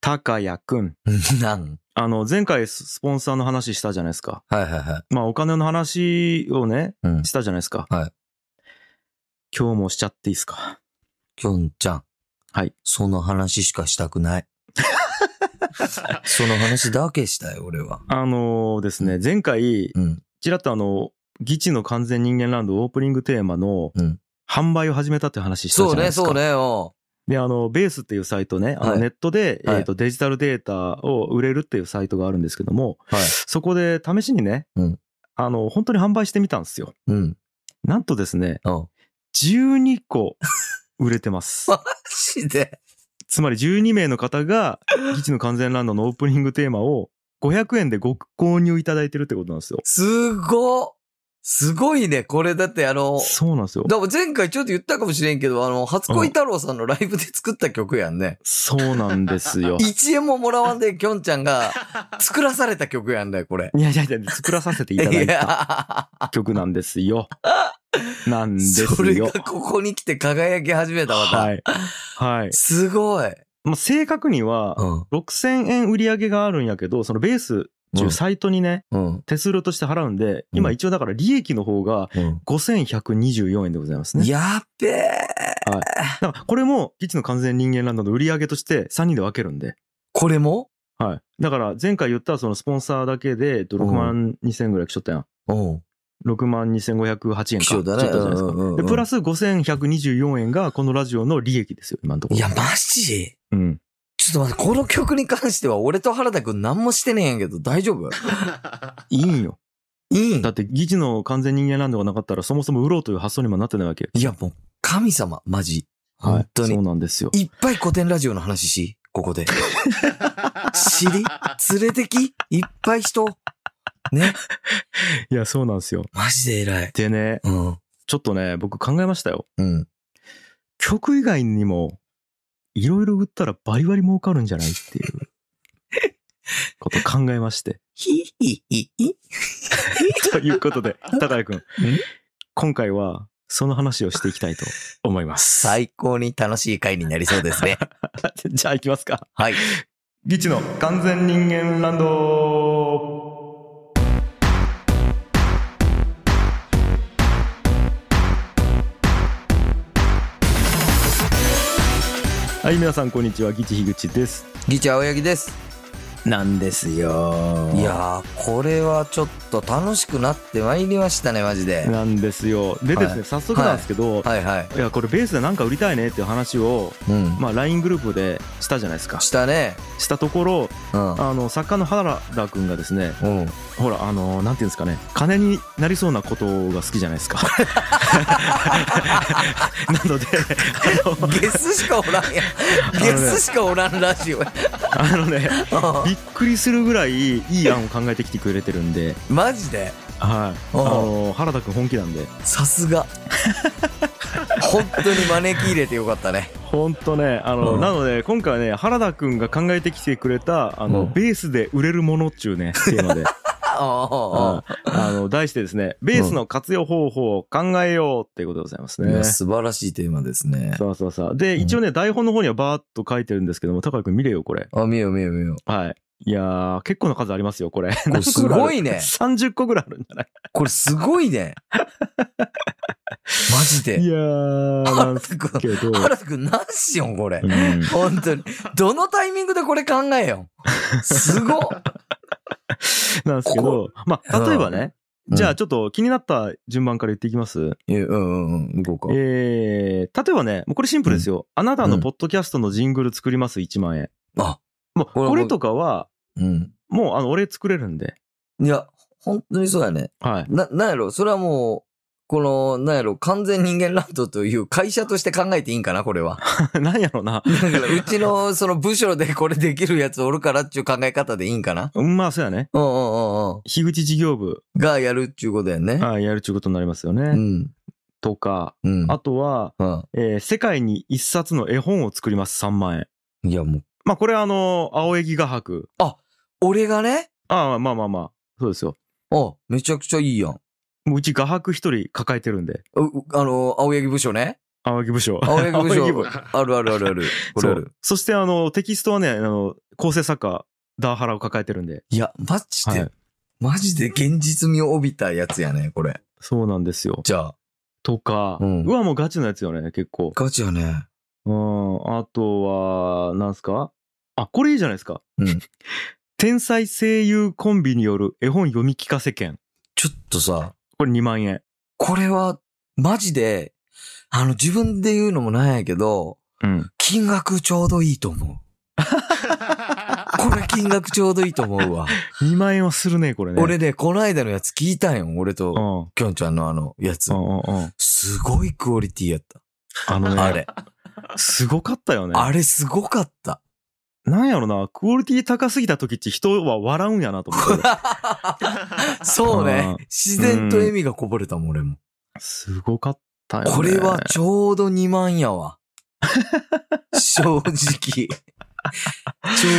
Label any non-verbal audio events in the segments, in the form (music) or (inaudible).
たかやくん。 (laughs) なんあの、前回ススポンサーの話したじゃないですか。はいはいはまあ、お金の話をね、い。うん。したじゃないですか。はい。今日もしちゃっていいですか。きょんちゃん。はい。その話しかしたく (laughs) ない。その話だけしたい、俺は。あのーですね、前回、うん。ちらっとあの、ギチの完全人間ランドオープニングテーマのうん販売を始めたって話したじそゃうないね、ですか。そうね、おで、あの、ベースっていうサイトね、あはのいネットで、はいえっと、デジタルデータを売れるっていうサイトがあるんですけども、はいそこで試しにね、うんあの、本当に販売してみたんですよ。う。うん。なんとですね、おう。 12個売れて (laughs) ます。マジでつまり12名の方 (laughs) が、ギチの完全ランドのオープニングテーマを500円でご購入いただいてるってことなんですよ。すごっすごいね、これだってあの、そうなんですよ。だから前回ちょっと言ったかもしれんけど、あの、初恋太郎さんのライブで作った曲やんね。そうなんです (laughs) よ。 1円ももらわんで、きょんちゃん (laughs) が作らされた曲やんだよ、これ。いやいやいや、作らさせていいただいたや、曲なんです (laughs) よ。なんですよ。それがここに来て輝き始めたわ、また。はい。はい。すごい。まあ、正確には、うん。 6000円売り上げがあるんやけど、そのベースっていうサイトにね、うん。手数料として払うんで、今一応だから利益の方がうん。 5124円でございますね。やっべえ。だからこれも、基地の完全人間ランドの売り上げとして3人で分けるんで。これもはい。だから前回言ったそのスポンサーだけで、えっと6万2000ぐらい来ちょったやん。うん。 6万2508円か。貴重だねちょっとじゃないですうんうんうんか。で、プラス5124円がこのラジオの利益ですよ、今のところ。いや、マジうん。ちょっと待って、この曲に関しては俺と原田くん何もしてねえんやけど、大丈 (laughs) 夫いいんよ。いいんだって、議事の完全人間ランドがなかったら、そもそも売ろうという発想にもなってないわけよ。いや、もう、神様、マジ。はい本当にそうなんですよ。いっぱい古典ラジオの話し、ここ (laughs) で。知り連れてきいっぱい人。ね。いや、そうなんですよ。マジで偉い。でね、うん。ちょっとね、僕考えましたよ。うん。曲以外にも、いろいろ売ったらバリバリ儲かるんじゃないっていう、 (laughs) ことを考えまして。ひひひひ。ということ (laughs) で、高谷くん、今回は、その話をしていきたいと思います。最高に楽しい回になりそうですね。 (laughs) じゃあ行きますか。はい。ギチの完全人間ランドはい、皆さんこんにちは。ギチ樋口です。ギチ青柳です。なんですよいやー、これはちょっと楽しくなってまいりましたね、マジで。なんですよ。でですね、はい早速なんですけど、いはいはい。や、これベースでなんか売りたいねっていう話を、うん。まあ、LINE グループでしたじゃないですか。したね。したところ、うん。あの、作家の原田くんがですね、うん。ほら、あのなんていうんですかね、金になりそうなことが好きじゃないですか。 (laughs) なので、ゲスしかおらんや (laughs) あ。のねゲスしかおらんラジオや。あのね、うびっくりするぐらいいい案を考えてきてくれてるんで、んマジではい。あおうの原田くん本気なんで、さ (laughs) すが。本当に招き入れてよかったね。ほんとね、あの、うんなので、今回はね、原田くんが考えてきてくれた、あの、うんベースで売れるものっちゅうね、テ (laughs) ーマで、あああの、題してですね、ベースの活用方法を考えようっていうことでございますあ、いねや。素晴らしいテーマですね。そうそうそう。で、うん一応ね、台本の方にはバーっと書いてるんですけども、高井くん見れよ、これ。あ、見よう見よう見よう。 (laughs) はい。いやー、結構な数ありますよ、これ。れすごいね30個ぐらいあるんじゃないこれすご (laughs) いね。マジいで。やー、なん原す田くん、けど。原田くん何しよんこれ (laughs) う。ん本当に。どのタイミングでこれ考えよん。(laughs) すごっ。なんですけど、まあ、例えばね、うんじゃあちょっと気になった順番から言っていきます。いやうんうんうん、行こうか。えー、例えばね、もうこれシンプルですよ。あなたのポッドキャストのジングル作ります、1万円。あ、もう、これこれとかは、うん。もう、あの、俺作れるんで。いや、本当にそうやね。 (laughs) はい。な、なんやろ、それはもう、この、なんやろ、完全人間ランドという会社として考えていいんかな、これは。なんやろうな。だから、う (laughs) ちの、その部署でこれできるやつおるからっていう考え方でいいんかな。うん、まあ、そうやね。うんうんうんうん。樋口事業部、がやるっちゅうことやね。はい、やるちゅうことになりますよね。うん。とか、うん。あとは、えー世界に一冊の絵本を作ります、3万円。うん。いや、もう、まあ、これはあの、青柳画伯。俺がね、ああ、まあまあまあ、そうですよ。あ、めちゃくちゃいいやん。もううち画伯一人抱えてるんで。うあの、青柳部署ね。青柳部署。青柳部青柳署部。あるあるある (laughs) ある。こそれあうる。。そして、あの、テキストはね、あの、構成作家、ダーハラを抱えてるんで。いや、マジで、はいマジで現実味を帯びたやつやね、これ。そうなんですよ。じゃあ。とか、ううんわ、もうガチのやつよね、結構。ガチやね。うん、あとは、なんすかあ、これいいじゃないですか。うん。天才声優コンビによる絵本読み聞かせ券。ちょっとさ、これ2万円。これは、マジで、あの、自分で言うのもなんやけど、うん。金額ちょうどいいと (laughs) 思う。これ金額ちょうどいいと思うわ。 2万円はするね、これね。俺ね、この間のやつ聞いたんよ。俺うと、ん。うんきょんちゃんのあの、やつう。んうん。すごいクオリティやった。あのね、あれ。すごかったよね。あれすごかった。なんやろな、クオリティ高すぎた時って人は笑うんやなと思って。 (laughs) そうねうん。自然と笑みがこぼれたもん、俺も。すごかったよね。これはちょうど2万やわ。正直。ち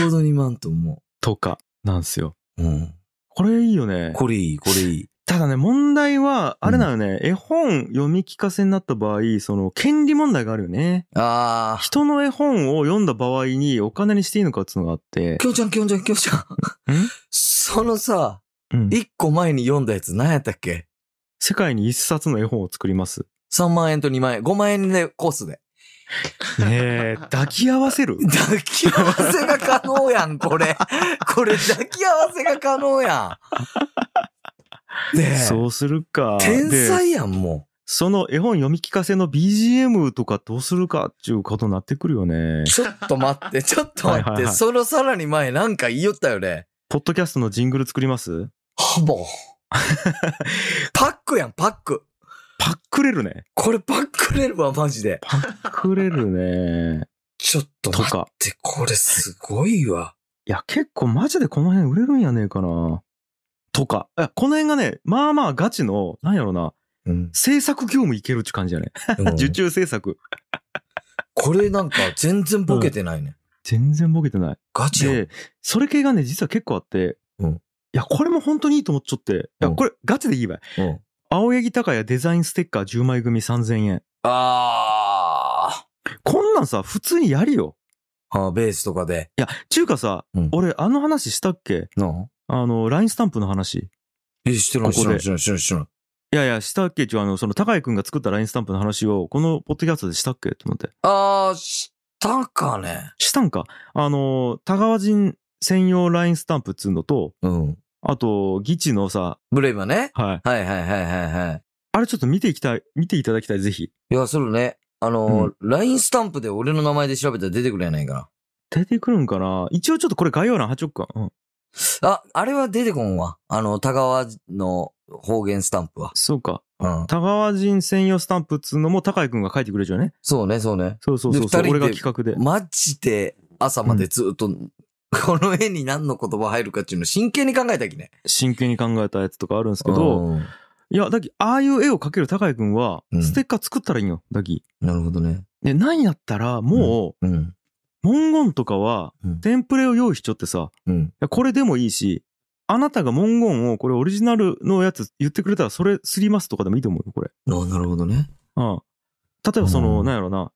ょうど2万と思とか、なんすよ。う。うん。これいいよね。これいい、これいい。ただね、問題は、あれなのね、絵本読み聞かせになった場合、その、権利問題があるよね。あー。人の絵本を読んだ場合にお金にしていいのかっていうのがあってき。ょんちゃん、きょんちゃん、きょんちゃん。んそのさ、うん1個前に読んだやつ何やったっけ世界に一冊の絵本を作ります。 3万円と2万円。5万円でコースで。 (laughs) ねえ、抱き合わせる抱き合わせが可能やん、これ。これ抱き合わせが可能やん。ねえ。そうするか。天で、才やん、もその絵本読み聞かせの BGM とかどうするかっていうことになってくるよね (laughs) う。。ちょっと待って、ちょっと待っはて、いはいはいそのさらに前なんか言いよったよね。ポッドキャストのジングル作りますはぼ。 (laughs) パックやん、パック。パックれるね。これパックれるわ、マジで。パックれるね。ちょっとと待っか。て、これすごいわ。いや、結構マジでこの辺売れるんやねえかな。とか。いやこの辺がね、まあまあガチの、なんやろな、うん。制作業務いけるって感じやね。 (laughs) 受注制作。これなんか全然ボケてないね。全然ボケてない。ガチやん。で、それ系がね、実は結構あって、うんいや、これも本当にいいと思っちゃって、いや、うんこれガチでいいわい。うん、青柳高也デザインステッカー10枚組3000円。あこんなんさ、普通にやりよ。ーあー。ベースとかで。いや、ちゅうかさ、うん俺、あの話したっけなあの、LINE スタンプの話。え、してない、こしこてなでい、してない、してない、してない。いやいや、したっけちゅう、あの、その、高井くんが作った LINE スタンプの話を、このポッドキャストでしたっけと思って。あー、したかね。したんかあの、田川人専用 LINE スタンプっつうのと、うん。あと、ギチのさ、ブレイブね。はい。はいはいはいはいはい。あれちょっと見ていきたい、見ていただきたい、ぜひ。いや、それね、あのー、LINE スタンプで俺の名前で調べたら出てくるやないか出てくるんかな一応ちょっとこれ概要欄貼っちゃおっか。うん。な。あ、あれは出てこんわ。あの、田川の方言スタンプは。そうか。うん。田川人専用スタンプっつうのも高井くんが書いてくれるよね。そうね、そうね。そうそうそうそう。で二人俺でが企画で。マジで朝までずっと、この絵に何の言葉入るかっていうの真剣に考えたきね。真剣に考えたやつとかあるんですけど、うんいや、だき、ああいう絵を描ける高井くんはう、んステッカー作ったらいいんよ、だき。なるほどね。で、なんやったら、もうん。う、文言とかはうん、テンプレを用意しちゃってさ、うん。いやこれでもいいし、あなたが文言を、これオリジナルのやつ言ってくれたら、それすりますとかでもいいと思うよ、これ。あなるほどね。うん。例えばその、うんなんやろな、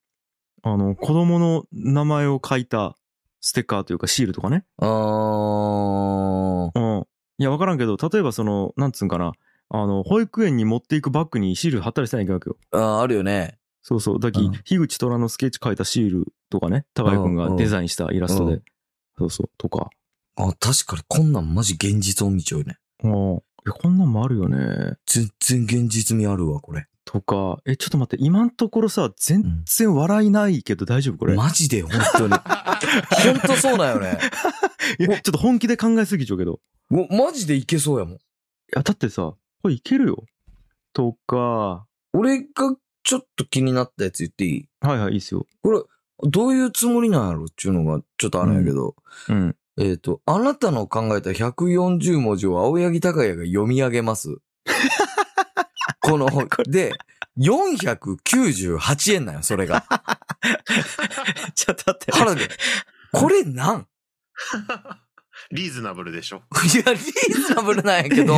あの、子供の名前を書いたステッカーというかシールとかね。あー。うん。いや、わからんけど、例えばその、なんつうんかな、あの、保育園に持っていくバッグにシール貼ったりしたらいけないわけよ。あーあるよね。そうそう。だき、うん樋口虎之助書いたシールとかね、高井くんがデザインしたイラストうんうでん。そうそう。とか。あ、確かにこんなんマジ現実を見ちゃうね。うん。いやこんなんもあるよね。全然現実味あるわ、これ。とか、え、ちょっと待って、今んところさ、全然笑いないけど大丈夫これ。マジで、本当 (laughs) に。本当そうだよね。いやちょっと本気で考えすぎちゃうけど。もうマジでいけそうやもん。いや、だってさ、これいけるよ。とか、俺がちょっと気になったやつ言っていいはいはい、いいっすよ。これ、どういうつもりなんやろっていうのがちょっとあるんやけど、うん。えっ、と、あなたの考えた140文字を青柳高也が読み上げます。 (laughs) この、で、498円なんよ、それが。 (laughs) ちょっと待って。原で。これなん (laughs) リーズナブルでしょ。いや、リーズナブルなんやけど、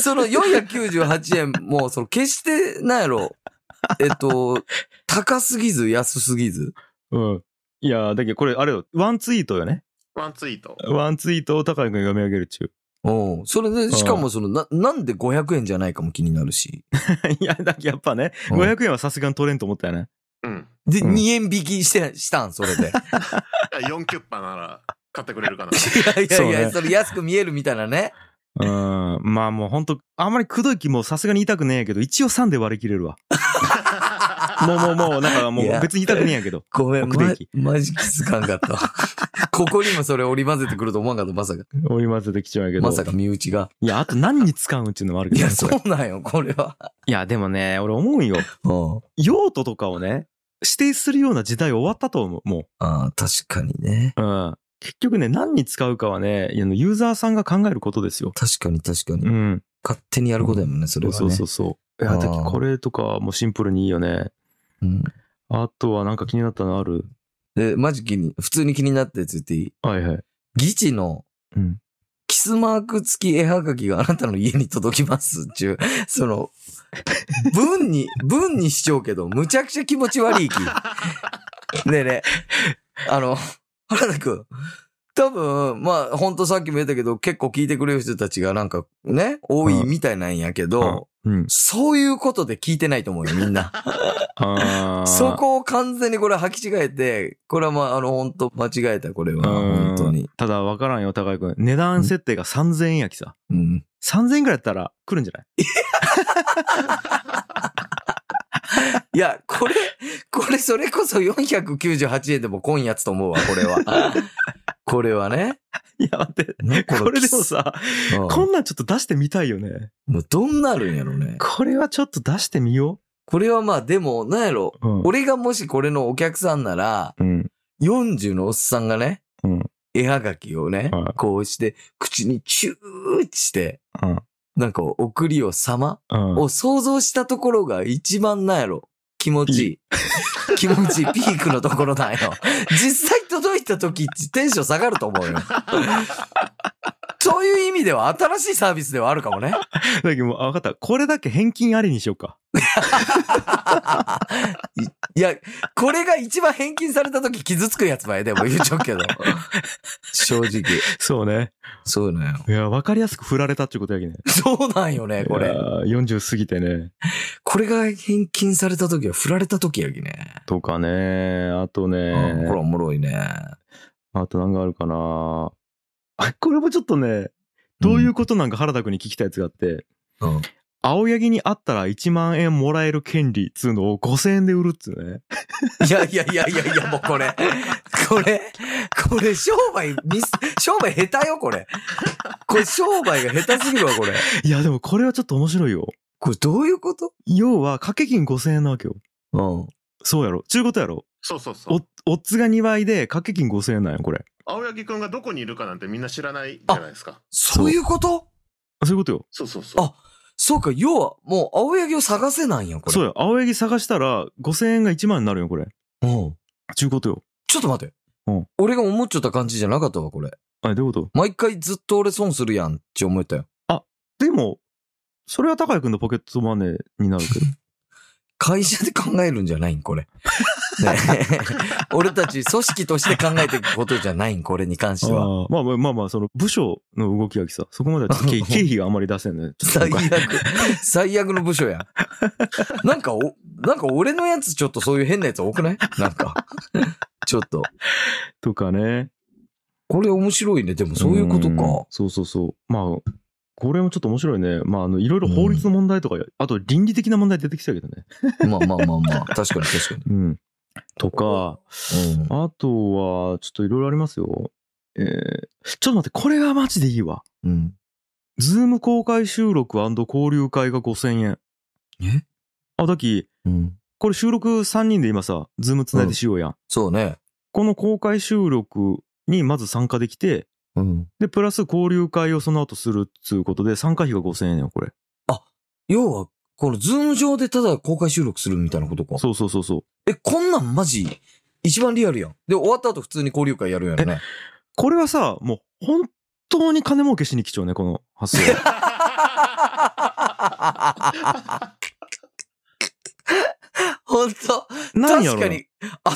その498円も、その、決して、なんやろ、 (laughs) えっと、高すぎず安すぎず。 (laughs) うん。いやー、だけどこれ、あれよ、ワンツイートよね。ワンツイート。ワンツイートを高井くんが読み上げるっちゅうん。それで、しかもその、な、なんで500円じゃないかも気になるし。 (laughs) う。いや、だけどやっぱね、うん500円はさすがに取れんと思ったよね。うん。で、うん2円引きして、したん、そ (laughs) れで。 4キュッパなら買ってくれるかな。いやそういやいや、ねそれ安く見えるみたいなね。うん。まあもうほんと、あんまりくどい気もさすがに痛くねえけど、一応3で割り切れる (laughs) わ。もうもうもう、なんかもいうや別に痛くねえんやけど。ごめん、奥ま行き、マジ気づかん (laughs) かったわ。ここにもそれ織り交ぜてくると思わんかった、まさか。織り混ぜてきちゃうんやけど。まさか身内が。いや、あと何に使うんっていうのもあるけいどね、や、こそれうなんよ、これは。いや、でもね、俺思うんよ。うん。用途とかをね、指定するような時代終わったと思う、もああ、確かにね。う。うん。結局ね、何に使うかはね、いやあのユーザーさんが考えることですよ。確かに確かに。うん。勝手にやることやもんね、それはね。そうそうそう。いや、だけどあーこれとかもシンプルにいいよね。うんあとはなんか気になったのあるで、マジ気に、普通に気になったやつ言っていいはいはい。議事のうん。キスマーク付き絵はがきがあなたの家に届きますっちゅう、その、文に、文にしちゃうけど、むちゃくちゃ気持ち悪いき。ねえねえ、あの、原田くん、多分、まあ、ほんとさっきも言ったけど、結構聞いてくれる人たちがなんかね、多いみたいなんやけど、うん。そういうことで聞いてないと思うよ、みんな。あーそこを完全にこれ履き違えて、これはまあ、あの、本当間違えた、これは。うん本当に。ただ分からんよ、高井くん。値段設定が3000円やきさ。うん。 3000円くらいやったら来るんじゃないいや、これ、これそれこそ498円でも今やつと思うわ、これは。 (laughs) これはね。 (laughs) いや、待って。ねこれでも、さ、のキスこうんなんちょっと出してみたいよね。んもうどんなるんやろね。これはちょっと出してみよこれはまあ、でも、なんやろ。う。うん。俺がもしこれのお客さんなら、うん。 40のおっさんがね、うん絵はがきをね、はいこうして、口にチューッして、うん。なんか送りを様うんを想像したところが一番なんやろ。気持ちいい。 (laughs) 気持ちいい。ピークのところなんよ。実際届いた時テンション下がると思 (laughs) うよ。そういう意味では新しいサービスではあるかもね。 (laughs) だけどもう、あ、わかった。これだけ返金ありにしようか。いや、これが一番返金された時傷つくやつばえでも言うちょっけど。正直。そうね。そうなんよ。いや、わかりやすく振られたってことやけね。そうなんよね、こいれ。やー。40過ぎてね。これが返金された時は振られた時やきね。とかね。あとうんねこれ。おもろいね。あと何があるかな。あ、これもちょっとね、どういうことなんか原田くんに聞きたいやつがあって、うん青柳に会ったら1万円もらえる権利っつうのを5000円で売るっつうね。いやいやいやいやいや、もうこれ。これ、これ商売ミス、商売下手よ、これ。これ商売が下手すぎるわ、これ。いや、でもこれはちょっと面白いよ。これどういうこと要は、掛け金5000円なわけよ。うん。そうやろ。ちゅうことやろ。そうそうそうお。、オッズが2倍で掛け金5000円なんよ、これ。青柳くんがどこにいるかなんてみんな知らないじゃないですか。そういうことそういうことよ。そうそうそう。あそうか、要は、もう青柳を探せなんや、これ。そうや、青柳探したら5000円が1万になるよ、これ。うん。ちゅうことよ。ちょっと待って。うん俺が思っちゃった感じじゃなかったわ、これ。あ、どういうこと毎回ずっと俺損するやんって思ったよ。でも、それは高井くんのポケットマネーになるけど。会社で考えるんじゃないん、これ。ね (laughs) 俺たち組織として考えていくこと (laughs) じゃないん、これに関しては。あーまあまあまあまあ、その部署の動きがさ、そこまではちょっと (laughs) 経経費があんまり出せんね。ちょっと最今回悪。 (laughs) 最悪の部署や。なんかお、なんか俺のやつちょっとそういう変なやつ多くないなんか。ちょっと。とかね。これ面白いね。でもそういうことんか。そうそうそう。まあ、これもちょっと面白いね。まあ、あの、いろいろ法律の問題とか、あと倫理的な問題出てきたけどね。まあまあまあまあ。確かに確かうん。とか、に。うん。あとは、ちょっといろいろありますよ。えー、ちょっと待って、これがマジでいいわ。うん。ズーム公開収録交流会が5000円。えあ、だき、うん。これ収録3人で今さ、ズームつないでしようやん。そうね。この公開収録にまず参加できて、うん。で、プラス交流会をその後するっつうことで、参加費が5000円よ、これ。要は、このズーム上でただ公開収録するみたいなことか。そうそうそうそう。え、こんなんマジ、一番リアルやん。で、終わった後普通に交流会やるやんね。これはさ、もう本当に金儲けしに来ちゃうね、この発想。 (laughs) ほんと。何やろな確かに、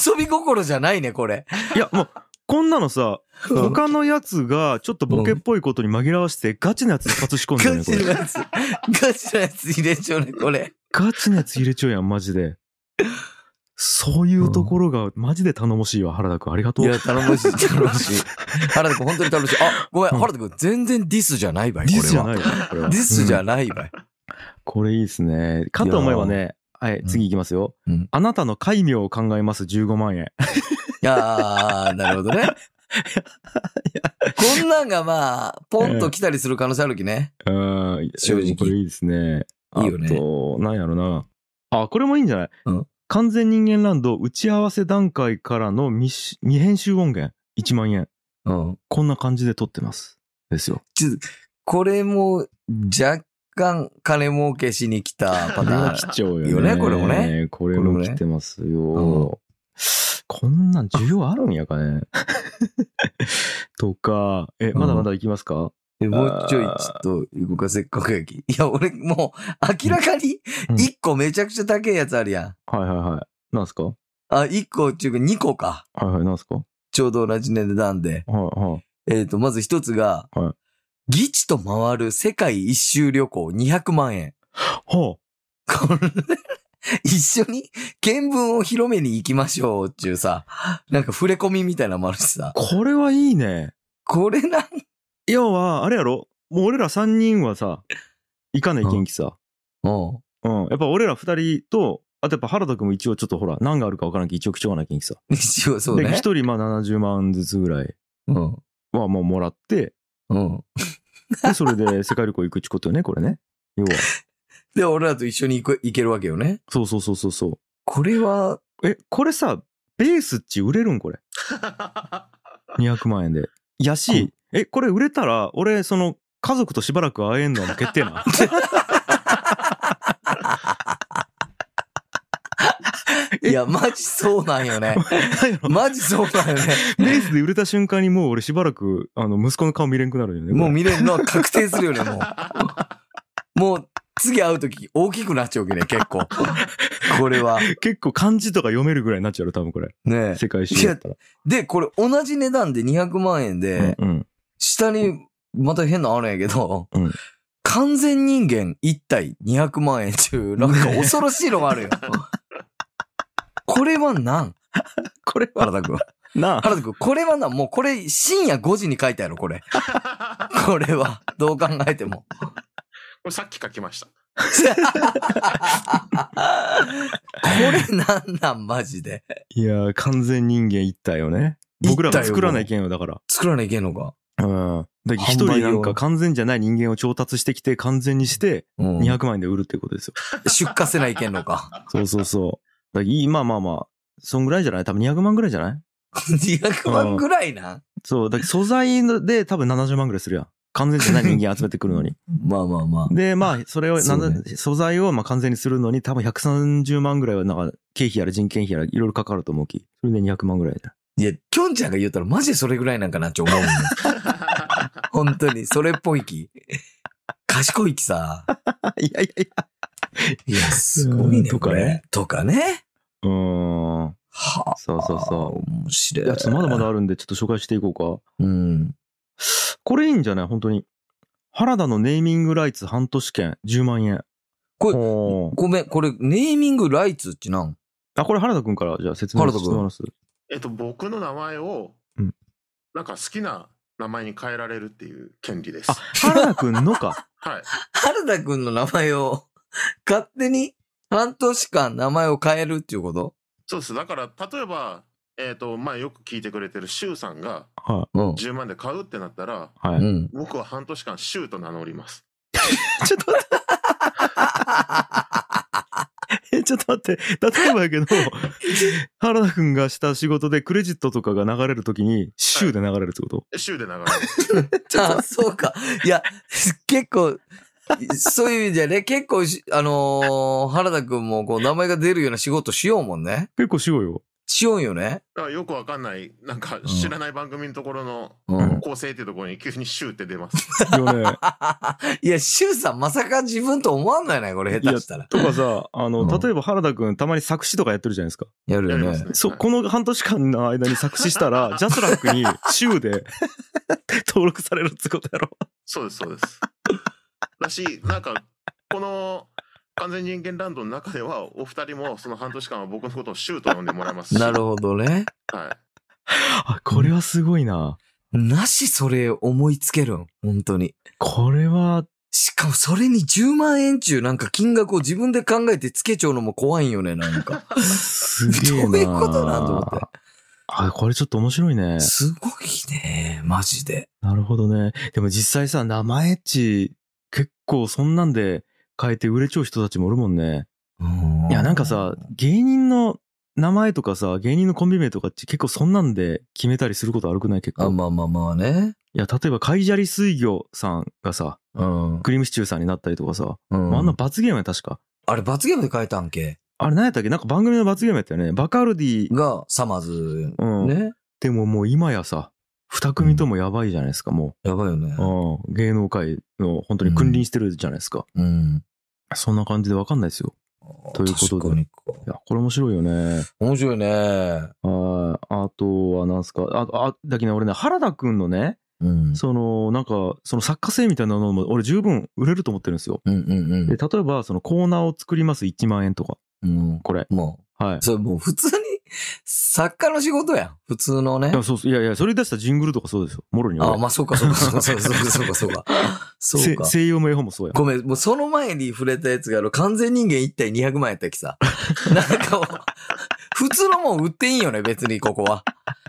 遊び心じゃないね、これ。いや、もう、こんなのさ、他のやつがちょっとボケっぽいことに紛らわしてガチなやつ一発仕込んでるね、これ。ガチのやつ。ガチのやつ入れちゃうね、これ。ガチなやつ入れちゃうやん、マジで。そういうところが、マジで頼もしいわ、原田くん。ありがと。いうや、頼もしい、 (laughs) 頼もしい。原田君、本当に楽しい。あ、ごめん、うん原田君、全然ディスじゃないばい、ディこスじれゃなは。いよ、これデは。ィスじうゃんない (laughs) ばい。これいいですね。かと思えばね、はい、次いきますよ。うんあなたの戒名を考えます、15万円。いやー、なるほどね。こんなんがまあ、ポンと来たりする可能性あるきね。うん、正直これいいですね。あいいよねと、なんやろな。あ、これもいいんじゃない、うん完全人間ランド打ち合わせ段階からの未し未編集音源1万円。うん。こんな感じで撮ってます。ですよ。これも、若干、金儲けしに来たパこタれーンは。貴重よね。いいよねこれもね。これも来てますよ。こんなん需要あるんやか (laughs) ね。とか、え、まだまだ行きますか、えもうちょい、ちょっと、動かせっかくやき。いや、俺、もう、明らかに、うん一個めちゃくちゃ高いやつあるやん。はいはいはい。なんすかはあ、一個っていうか、二個か。いはい、なんすかはちょうど同じ値段で。いはい。えっ、と、まず一つが、はギチと回る世界一周旅行200万円。はこれ、一緒に見聞を広めに行きましょうっていうさ、なんか触れ込みみたいなのもあるしさあ、。これはいいね。これなん、要は、あれやろもう俺ら3人はさ、行かない元気さ。うん。うん。やっぱ俺ら2人と、あとやっぱ原田くんも一応ちょっとほら、何があるか分からんけど一応貴重な元気さ。一応そうで、1ね。人まあ70万ずつぐらいうん。はもうもらって、うん。で、それ (laughs) で世界旅行行くっちことよね、これね。要は。で、俺らと一緒に行く行けるわけよね。そうそうそうそうそこれは、う。え、これさ、ベースっち売れるんこれ。200万円で。やし、え、これ売れたら、俺、その、家族としばらく会えんのはもう決定な。 (laughs) えいや、マジそうなんよね。なんやろマジそうなんよね。ベースで売れた瞬間にもう俺しばらく、あの、息子の顔見れんくなるよね。これもう見れるのは確定するよね、も (laughs) う。もう、次会うとき大きくなっちゃうわけね、結構。これは。結構漢字とか読めるぐらいになっちゃうよ、多分これ。ね世界史だったら。で、これ同じ値段で200万円で、うんうん。下にまた変なのあるんやけど、うん完全人間1体200万円中、なんか恐ろしいのがあ (laughs) るよ。これはなんこれは、原田くん。なあ、原田くん、これはなんもうこれ深夜5時に書いてある、これ。これは、どう考えても。これ (laughs) さっき書きました。こ (laughs) れなんなん、マジで。いやー、完全人間一体をね。僕らが作らないけんよ、だから。作らないけんのか。うん。だから一販売人用なんか完全じゃない人間を調達してきて、完全にして、うん200万円で売るっていうことですよ。出荷せないけんのか。 (laughs) そうそうそう。だからいい、まあまあまあ、そんぐらいじゃない多分200万ぐらいじゃない200万ぐらいな。そう。だから素材ので多分70万ぐらいするやん。完全じゃない人間集めてくるのに。まあまあまあ。で、まあ、それを、そうねなんだ素材をまあ完全にするのに、多分130万ぐらいは、なんか、経費やら人件費やら、いろいろかかると思うき。それで200万ぐらいだ。いや、きょんちゃんが言ったらマジでそれぐらいなんかなって思うも (laughs) ん。本当に、それっぽい気。賢 (laughs) い気さ。いやいやいや。いや、すごいね、うんとかね。とかね。うーん。はあ。。そうそうそう面白う。い。いや、ちょっとまだまだあるんで、ちょっと紹介していこうか。うん。これいいんじゃない本当に。原田のネーミングライツ半年券10万円。これおーごめん、これ、ネーミングライツってなんあ、これ原田くんから、じゃあ説明原田しくてんもらいます。えっと、僕の名前をうん、なんか好きな名前に変えられるっていう権利ですあ。、原田くんのか。 (laughs) はい。原田くんの名前を、 (laughs) 勝手に半年間名前を変えるっていうことそうです。だから、例えば、えっと、まあ、よく聞いてくれてるシュウさんがはうん。 10万で買うってなったら、い。はうい。ん。僕は半年間シュウと名乗ります。 (laughs) ちょっと待って。えちょっと待って。例えばやけ (laughs) ど、原田くんがした仕事でクレジットとかが流れるときに、週で流れるってことシュウで名乗ります。あ、そうか。いや、結構、そういう意味じゃね、結構し、あのー原田くんもこう名前が出るような仕事しようもんね。結構しようよ。しようよね。だからよくわかんない、なんかん知らない番組のところのうん。構成っていうところに急にシューって出ます。よね。 (laughs) いや、シュウさんまさか自分と思わんないね、これ下手したら。 (laughs) とかさ、あの、うん例えば原田くんたまに作詞とかやってるじゃないですか。やるやよりますね。ね。そ、はいこの半年間の間に作詞した (laughs) ら、ジャスラックに週 (laughs) で登録されるってことやろ。そうです、そうです。だし、なんか、この完全人間ランドの中では、お二人もその半年間は僕のことをシューと呼んでもらいますし。なるほどね。はい。あ、これはすごいな。なしそれ思いつけるん。本当に。これは、しかもそれに10万円中なんか金額を自分で考えてつけちゃうのも怖いんよね、なんか。すげえ (laughs) な。どういうことなんと思って。あ、これちょっと面白い (laughs) ね。すごいね、マジで。なるほどね。でも実際さ、生エッチ、結構そんなんで変えて売れちゃう人たちもおるもんね。いや、なんかさ、芸人の名前とかさ、芸人のコンビ名とかって結構そんなんで決めたりすることあるくない結あ、構。まあまあまあね。いや、例えば、カイジャリ水魚さんがさ、うん。クリームシチューさんになったりとかさ、うんあんな罰ゲームや確か。あれ罰ゲームで変えたんけあれ何やったっけなんか番組の罰ゲームやったよね。バカルディ、が、サマーズ、うん。ね。でももう今やさ、二組ともやばいじゃないですか、もやばいよねう。。うん。芸能界の本当に君臨してるじゃないですか。うん。そんな感じでわかんないですよ。ということで確かにかいや、これ面白いよね。面白いね。はい。あとは、なんすか。あ、あ、だけどね、俺ね、原田くんのね、うん。その、なんか、その作家性みたいなのも、俺十分売れると思ってるんですよ。うんうんで、例えば、そのコーナーを作ります1万円とか、うん。うん。これ。もはい。う、それもう普通に、作家の仕事やん。普通のねい。や、そうそう。いやいや、それ出したジングルとかそうですよ。もろに俺あ、まあそうかそうかそうかそうかそうかそうか。そう (laughs) せか。西洋の絵本もそうや。ごめん、もうその前に触れたやつがあの、完全人間1体200万やったっけ (laughs) さ。なんかもう、普通のもん売っていいよね、別にここは。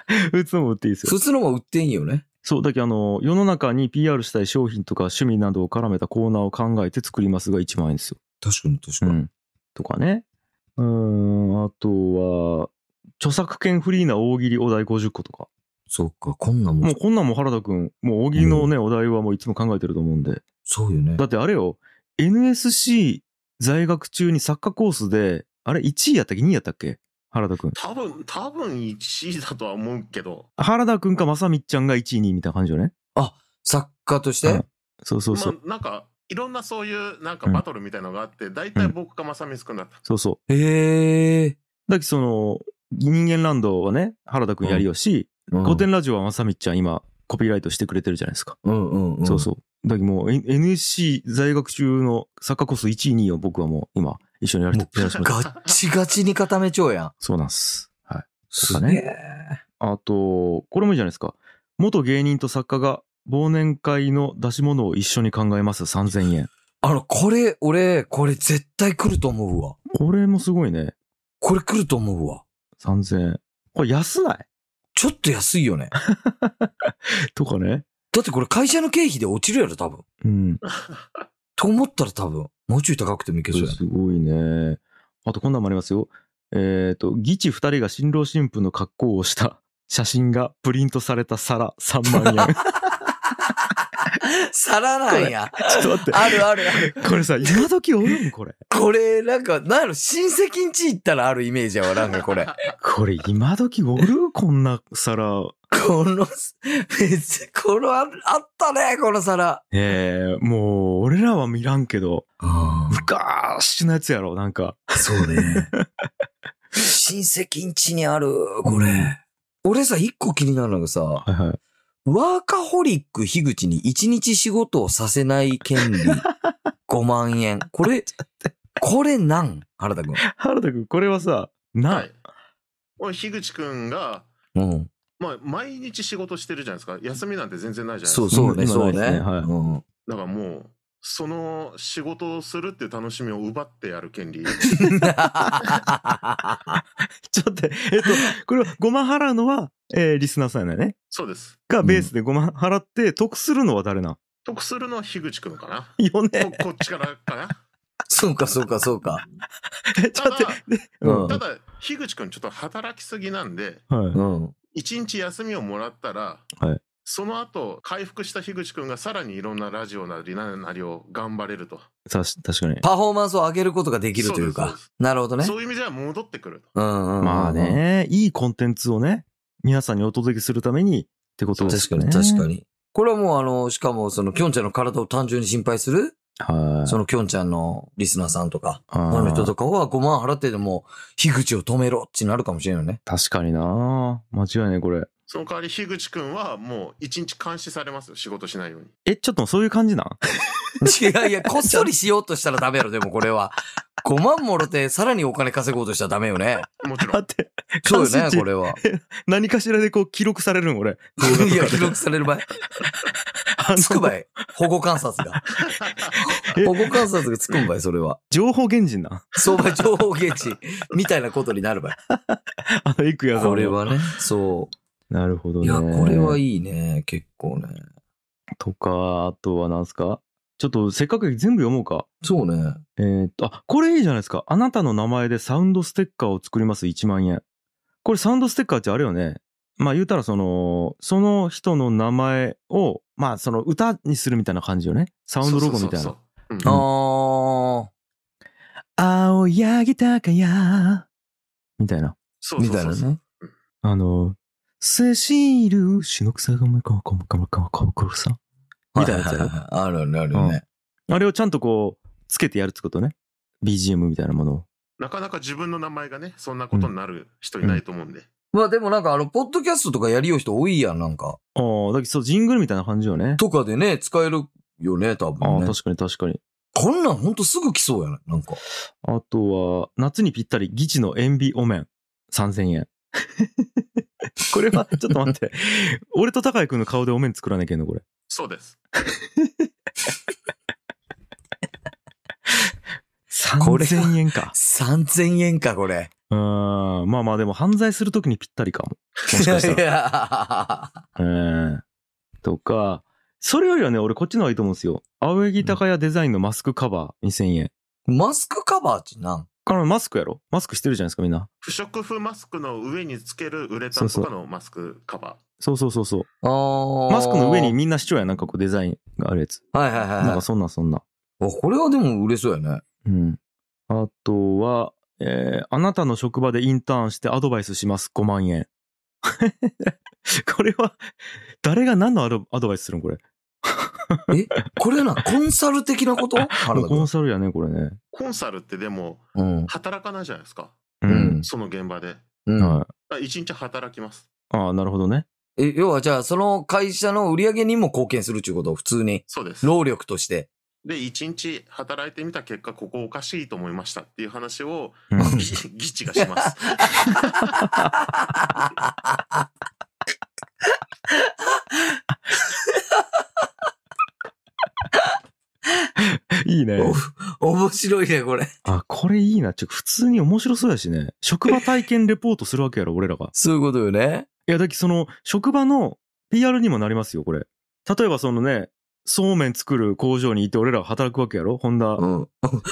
(laughs) 普通も売っていいですよ。普通のもん売っていいよね。そう、だけどあの、世の中に PR したい商品とか趣味などを絡めたコーナーを考えて作りますが1万円ですよ。確かに確う。ん。とかね。うーん、あとは、著作権フリーな大喜利お題50個とか。そうか、こんなんももんう、こんなんも原田くん、もう大喜利のね、お題はもういつも考えてると思うんで。そうよねだ。ってあれよ、NSC 在学中に作家コースで、あれ1位やったっけ ?2 位やったっけ原田くん。多分、多分1位だとは思うけど、原田くんかまさみっちゃんが1位、2位みたいな感じよね。作家としうてん、そうそうそう。まあ、なんか、いろんなそういう、なんかバトルみたいのがあって、大体僕かまさみすくんだった。そうそう。へえ。だけどその、人間ランドはね、原田くんやりよし、うん古典ラジオはまさみっちゃん今、コピーライトしてくれてるじゃないですか。うんうんうん。そうそう。だけどもう N- NSC 在学中の作家コース1位、2位を僕はもう今、一緒にやりもやらせてもらってガッチガチに固めちゃうやん。そうなんです。はい。すすげげえ。あと、これもいいじゃないですか。元芸人と作家が忘年会の出し物を一緒に考えます3000円。あの、これ、俺、これ絶対来ると思うわ。これもすごいね。これ来ると思うわ。 3000円。これ安ないちょっと安いよね。とかね。だってこれ会社の経費で落ちるやろ、多分。うん。と思ったら多分、もうちょい高くてもいけそうやね。すごいね。あと、こんなんもありますよ。えっ、と、議事二人が新郎新婦の格好をした写真がプリントされた皿3万 (laughs) 円。皿なんや。ちょっと待って。 (laughs) あるあるある。 (laughs) これさ、今時おるんこれ。これ、なんか、なんやろ、親戚んち行ったらあるイメージやわ、なんか (laughs) これ。これ今時お (laughs) るこんな皿。この、別に、このあ、あったね、この皿。ええもう、俺らは見らんけど、あ昔のやつやろ、なんか。あ、そう (laughs) ね。親戚んちにある、これ。俺さ、一個気になるのがさ、はいはい。ワーカホリック樋口に一日仕事をさせない権 (laughs) 利5万円。こ (laughs) れ、これなん原田くん。原田くん、これはさ、な、はい。俺、樋口くんが、うん。まあ、毎日仕事してるじゃないですか。休みなんて全然ないじゃないですそかう。そうね、今そうないでね。すねはいうんだからもう、その仕事をするっていう楽しみを奪ってやる権 (laughs) 利。ちょっと待って、えっ (laughs) と、これは5万払うのは、えーリスナーさんやね。そうです。がベースで5万払って、得するのは誰なん得するのは樋口くんかな。よね。ここっちからかな。 (laughs) そうか、そうか、そうか。え (laughs) ちょっと待って。でううんん。ただ、樋口くんちょっと働きすぎなんで、はうん。一日休みをもらったら、はいその後、回復した樋口くんがさらにいろんなラジオなりなんなりを頑張れると。さし確かに。パフォーマンスを上げることができるというそうかですそう。なるほどね。そういう意味では戻ってくるうと。んうんうんうんまあ。ね、いいコンテンツをね、皆さんにお届けするためにってことです確ね。かに確かに。に。これはもうあの、しかもその、きょんちゃんの体を単純に心配する、はい。そのきょんちゃんのリスナーさんとか、あフーァンの人とかは5万払ってでも、樋口を止めろってなるかもしれないよね。確かにな間違いないこれ。その代わり、樋口くんはもう一日監視されますよ。仕事しないように。え、ちょっとそういう感じなん (laughs) いやいや、こっそりしようとしたらダメやろ、でもこれは。5万もろて、さらにお金稼ごうとしたらダメよね。もちろ (laughs) だん。って、そうよ監視ね、中これは。何かしらでこう記録されるん俺。いや、記録される場合。あのつくばい。保護観察 (laughs) が。保護観察がつくんばい、それは。情報源人なん。 (laughs) 相場情報現地みたいなことになる場合。あの、エクヤさんのこれ。はね、そなるほどう。ね。。いや、これはいいいね、結構ね。とか、あとは何すかちょっとせっかくやけど全部読もうか。そうね。えーっと、あ、これいいじゃないですか。あなたの名前でサウンドステッカーを作ります、1万円。これサウンドステッカーってあれよね。まあ言うたらその、その人の名前を、まあその歌にするみたいな感じよね。サウンドロゴみたいそうな。そうあそう。ー、青柳高也。みたいな。うんみたいな。ね。あの、セシール、しのくさがむかこむかむかむかむかむさ。みたいなやつやろははははあるあるあるよね。あれをちゃんとこう、つけてやるってことね。BGM みたいなものを。なかなか自分の名前がね、そんなことになる人いないと思うんで。まあでもなんかあの、ポッドキャストとかやりよう人多いやん、なんか。ああ、だけどそう、ジングルみたいな感じよね。とかでね、使えるよね、多あ分あ、ね。確かに確かに。こんなんほんとすぐ来そうやな、なんか。あとは、夏にぴったり、ギチの塩ビお面、3000円。 (laughs) これは、ちょっと待って。俺と高井くんの顔でお面作らなきゃいけんの、これ。そうです。これは3000円か。 3000円か、これ。うーん。まあまあ、でも犯罪するときにぴったりかも。もしかしたら。ら。うん。とか、それよりはね、俺こっちの方がいいと思うんですよ。青柳高屋デザインのマスクカバー2000円。マスクカバーってなんこれマスクやろマスクしてるじゃないですか、みんな。不織布マスクの上につけるウレタンとかのマスクカバー。そうそうそうそう。あーマスクの上に。みんな視聴やんなんかこうデザインがあるやつ。はいはいはいなんはいか。そんなそんな。あこれはでも売れそうやね。うん。あとは、えー、あなたの職場でインターンしてアドバイスします、5万円。 (laughs) これは、誰が何のアドアドバイスするんこれ。これな、コンサル的なこと (laughs) もう原田コ君ンサルやね、これね。コンサルってでもうん。働かないじゃないですか。ううんその現場で。うん。はい。あ一日働きます。ああ、なるほどね。え、要はじゃあ、その会社の売り上げにも貢献するっていうこと普通に。そうです。労力として。で、一日働いてみた結果、ここおかしいと思いましたっていう話を、うんぎ議地がします。いいね。お面白いね、これ。あ、これいいな。ちょ、普通に面白そうやしね。職場体験レポートするわけやろ、俺らが。そういうことよね。いや、だきその、職場の PR にもなりますよ、これ。例えばそのね、そうめん作る工場にいて俺らが働くわけやろホンダ。うん。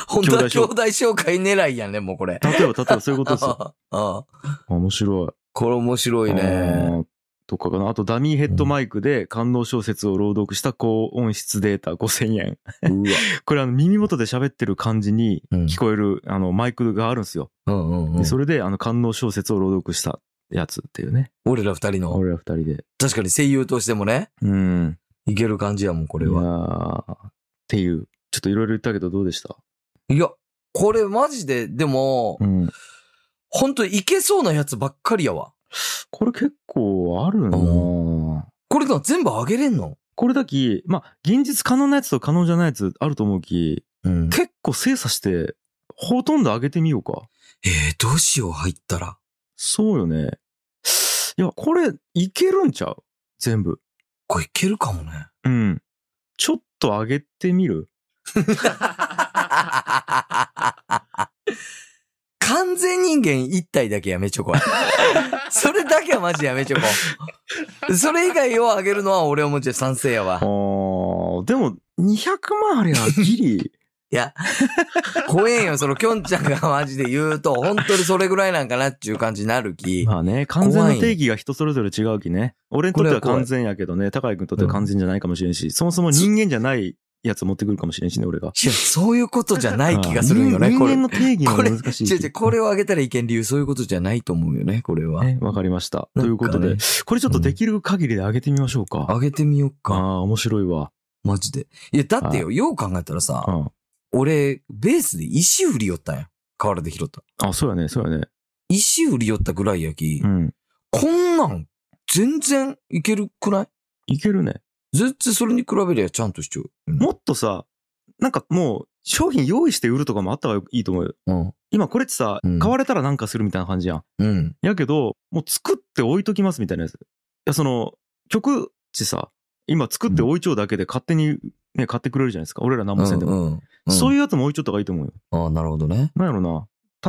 本当は兄弟紹介狙いやね、もうこれ。例えば、例えばそういうことですよ。あ (laughs) あ。あ面白い。これ面白いね。あーとかかな。あと、ダミーヘッドマイクで感動小説を朗読した高音質データ5000円。うわ。これ、あの、耳元で喋ってる感じにうん聞こえる、あの、マイクがあるんですよ。うんうんうでん。それで、あの、感動小説を朗読したやつっていうね。俺ら二人の。俺ら二人で。確かに声優としてもね、うん。いける感じやもん、ここれは。っていう。ちょっといろいろ言ったけど、どうでしたいや、これマジで、でも、うん。ほんといけそうなやつばっかりやわ。これ結構あるな、これな全部あげれんのこれだき、まあ、現実可能なやつと可能じゃないやつあると思うき、うん結構精査して、ほとんど上げてみようか。えー、どうしよう、入ったら。そうよね。いや、これ、いけるんちゃう全部。これいけるかも (laughs) ね。うん。ちょっと上げてみる完全人間一体だけやめちょこう。 (laughs) それだけはマジやめちょこう。それ以外をあげるのは俺はもうちょい賛成やあわ。ーでも、200万ありゃギリいや、怖えよ、その、きょんちゃんがマジで言うと、本当にそれぐらいなんかなっていう感じになるき。まあね、完全の定義が人それぞれ違うきね。俺にとっては完全やけどね、高井君にとっては完全じゃないかもしれんし、そもそも人間じゃないやつ持ってくるかもしれんしね、俺が。いや、そういうことじゃない気がするんよね、人こ人れ。間の定義もこれ、難違しうい。違う、これを挙げたらいけん理由、そういうことじゃないと思うよね、これは。ね、わかりました。なとんかねいうことで、これちょっとできる限りで上げてみましょうか。あげてみよっあか。あ、面白いわ。マジで。いや、だってよ、よう考えたらさう、ん。俺、ベースで石売りよったんや。河原で拾った。あ、そうやね、そうやね。石売りよったぐらいやき、うん。こんなん、全然いけるくないいけるね。全然それに比べりゃちゃんとしちゃう。もっとさ、なんかもう、商品用意して売るとかもあった方がいいと思うよ。うん。今これってさ、うん買われたらなんかするみたいな感じやん。うん。やけど、もう作って置いときますみたいなやつ。いや、その、曲ってさ、今作って置いちょうだけで勝手にね、買ってくれるじゃないですか。俺ら何もせんでも。うんうん。そういいうやつも置いちょった方がいいと思うよ。うん。ああ、なるほどね。なんやろな。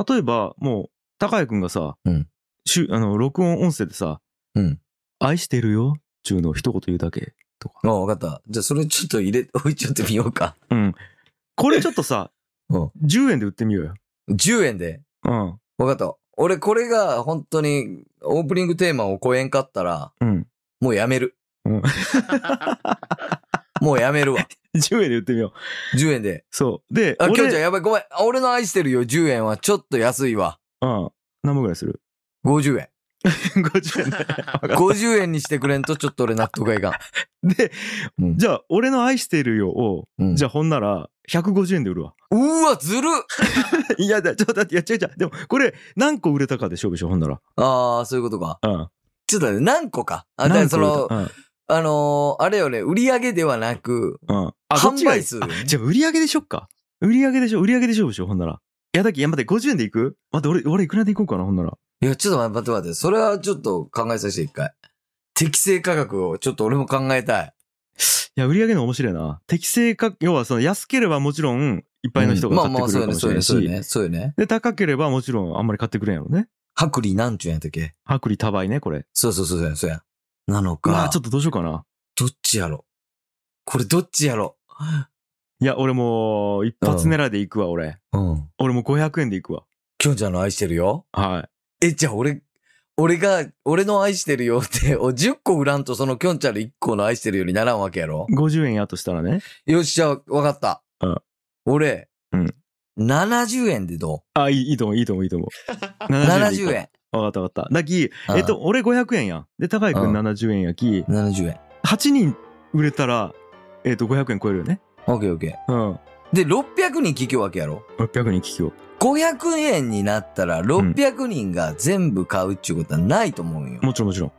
例えば、もう、高谷くんがさ、うんしゅあの、録音音声でさ、うん愛してるよ、ちゅうのを一言言うだけ。ああ、わかった。じゃあそれちょっと入れ、置いちゃってみようか。うん。これちょっとさ、 (laughs) うん10円で売ってみようよ。 10円で。うん。わかった。俺これが本当にオープニングテーマを超えんかったら、うん。 (laughs) もうやめる。 (laughs) もうやめるわ。 10円で売ってみよう。 10円で。そう。で、あ、きょんちゃん俺、やばい、ごめん。あ俺の愛してるよ、10円はちょっと安いわ。うん。何本ぐらいする (laughs) 50円。 ?50 (laughs) 円で。わかった50円にしてくれんとちょっと俺納得がいかん。で、うんじゃあ、俺の愛してるよを、うんじゃあ、ほんなら、150円で売るわ。うわ、ずる (laughs) いやだ、ちょっと待って、いや、違う違う。でも、これ、何個売れたかで勝負しよう、ほんなら。ああ、そういうことか。うん。ちょっと待って、何個か。あ、だから何そ個売れの、たあのーあれよね、売り上げではなく、うん。うん。あ、どっち販がい売い数よね、じゃあ、売り上げでしょっか。売り上げでしょ、売り上げで勝負しよう、ほんなら。いや、だっけ、いや、待って、50円でいく待って、俺、俺、いくらでいこうかな、ほんなら。いや、ちょっと待って待って待って、それはちょっと考えさせて一回。適正価格をちょっと俺も考えたい。いや、売り上げの面白いな。適正か、要は、その、安ければもちろん、いっぱいの人が買ってくれるかもしれないうんまあまあ、そうよね、そうよし、ね、そうよね。そうよね。で、高ければもちろん、あんまり買ってくれんやろね。薄利なんちゅうんやったっけ薄利多売ね、これ。そうそうそうそうや、そうや。なのうわか、ちょっとどうしようかな。どっちやろこれどっちやろいや、俺もう、一発狙いで行くわ、俺。うん。俺もう500円で行くわ。きょんちゃんの愛してるよ。はい。え、じゃあ俺、俺が、俺の愛してるよって、 (laughs) お10個売らんとそのきょんちゃんの1個の愛してるようにならんわけやろ50円やとしたらね。よし、じゃあ、わかった。うん俺、うん70円でどあ、いい、いいと思う、いいと思う、いいと思 (laughs) う。う ?70 円。円。わかったわかった。だき、うんえっと、俺500円やん。で、高井くうんん70円やき、 70円。 8人売れたら、えっと、500円超えるよね。オッケーオッケうん。ー。で、600人聞くわけやろ600人聞きよ500円になったら600人が全部買うっちゅうことはないと思うんよ。う。もちろん、もちろん。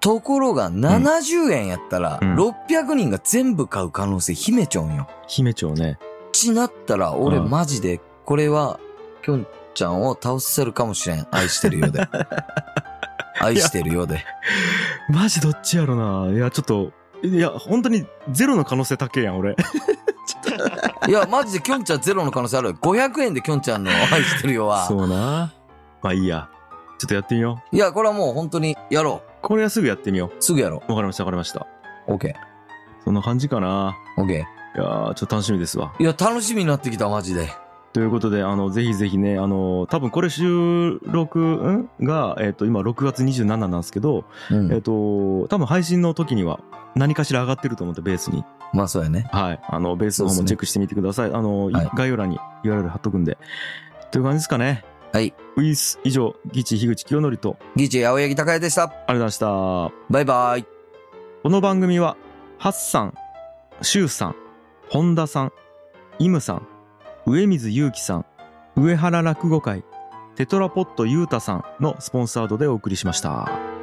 ところが70円やったらうん600人が全部買う可能性秘めちゃうんよ。姫町ね。ちなったら俺うんマジでこれはきょんちゃんを倒せるかもしれん。愛してるよう (laughs) で。愛してるようで。マジどっちやろな。いや、ちょっと、いや、本当にゼロの可能性高えやん、俺。いや、マジできょんちゃんゼロの可能性ある。500円できょんちゃんの愛してるよは。そうな。まあいいや。ちょっとやってみよう。いや、これはもう本当にやろこれはすぐやってみよう。すぐやろう。わかりました、わかりました。う。オッケー。そんな感じかな。オッケいやー、ちょっと楽しみですわ。ー。いや、楽しみになってきた、マジで。ということで、あの、ぜひぜひね、あの、多分これ収録んが、えっ、と、今6月27なんですけど、うんえっ、と、多分配信の時には何かしら上がってると思って、ベースに。まあ、そうやね。はい。あの、ベースの方もそうですねチェックしてみてください。あの、いはい概要欄に URL 貼っとくんで。という感じですかね。はい。ウィス、以上、ギチ、樋口清則と、ギチ、青柳高也でした。ありがとうございました。バイバイ。この番組は、ハッさん、シュウさん、本田さん、イムさん、上水祐樹さん、上原落語会、テトラポットユータさんのスポンサードでお送りしました。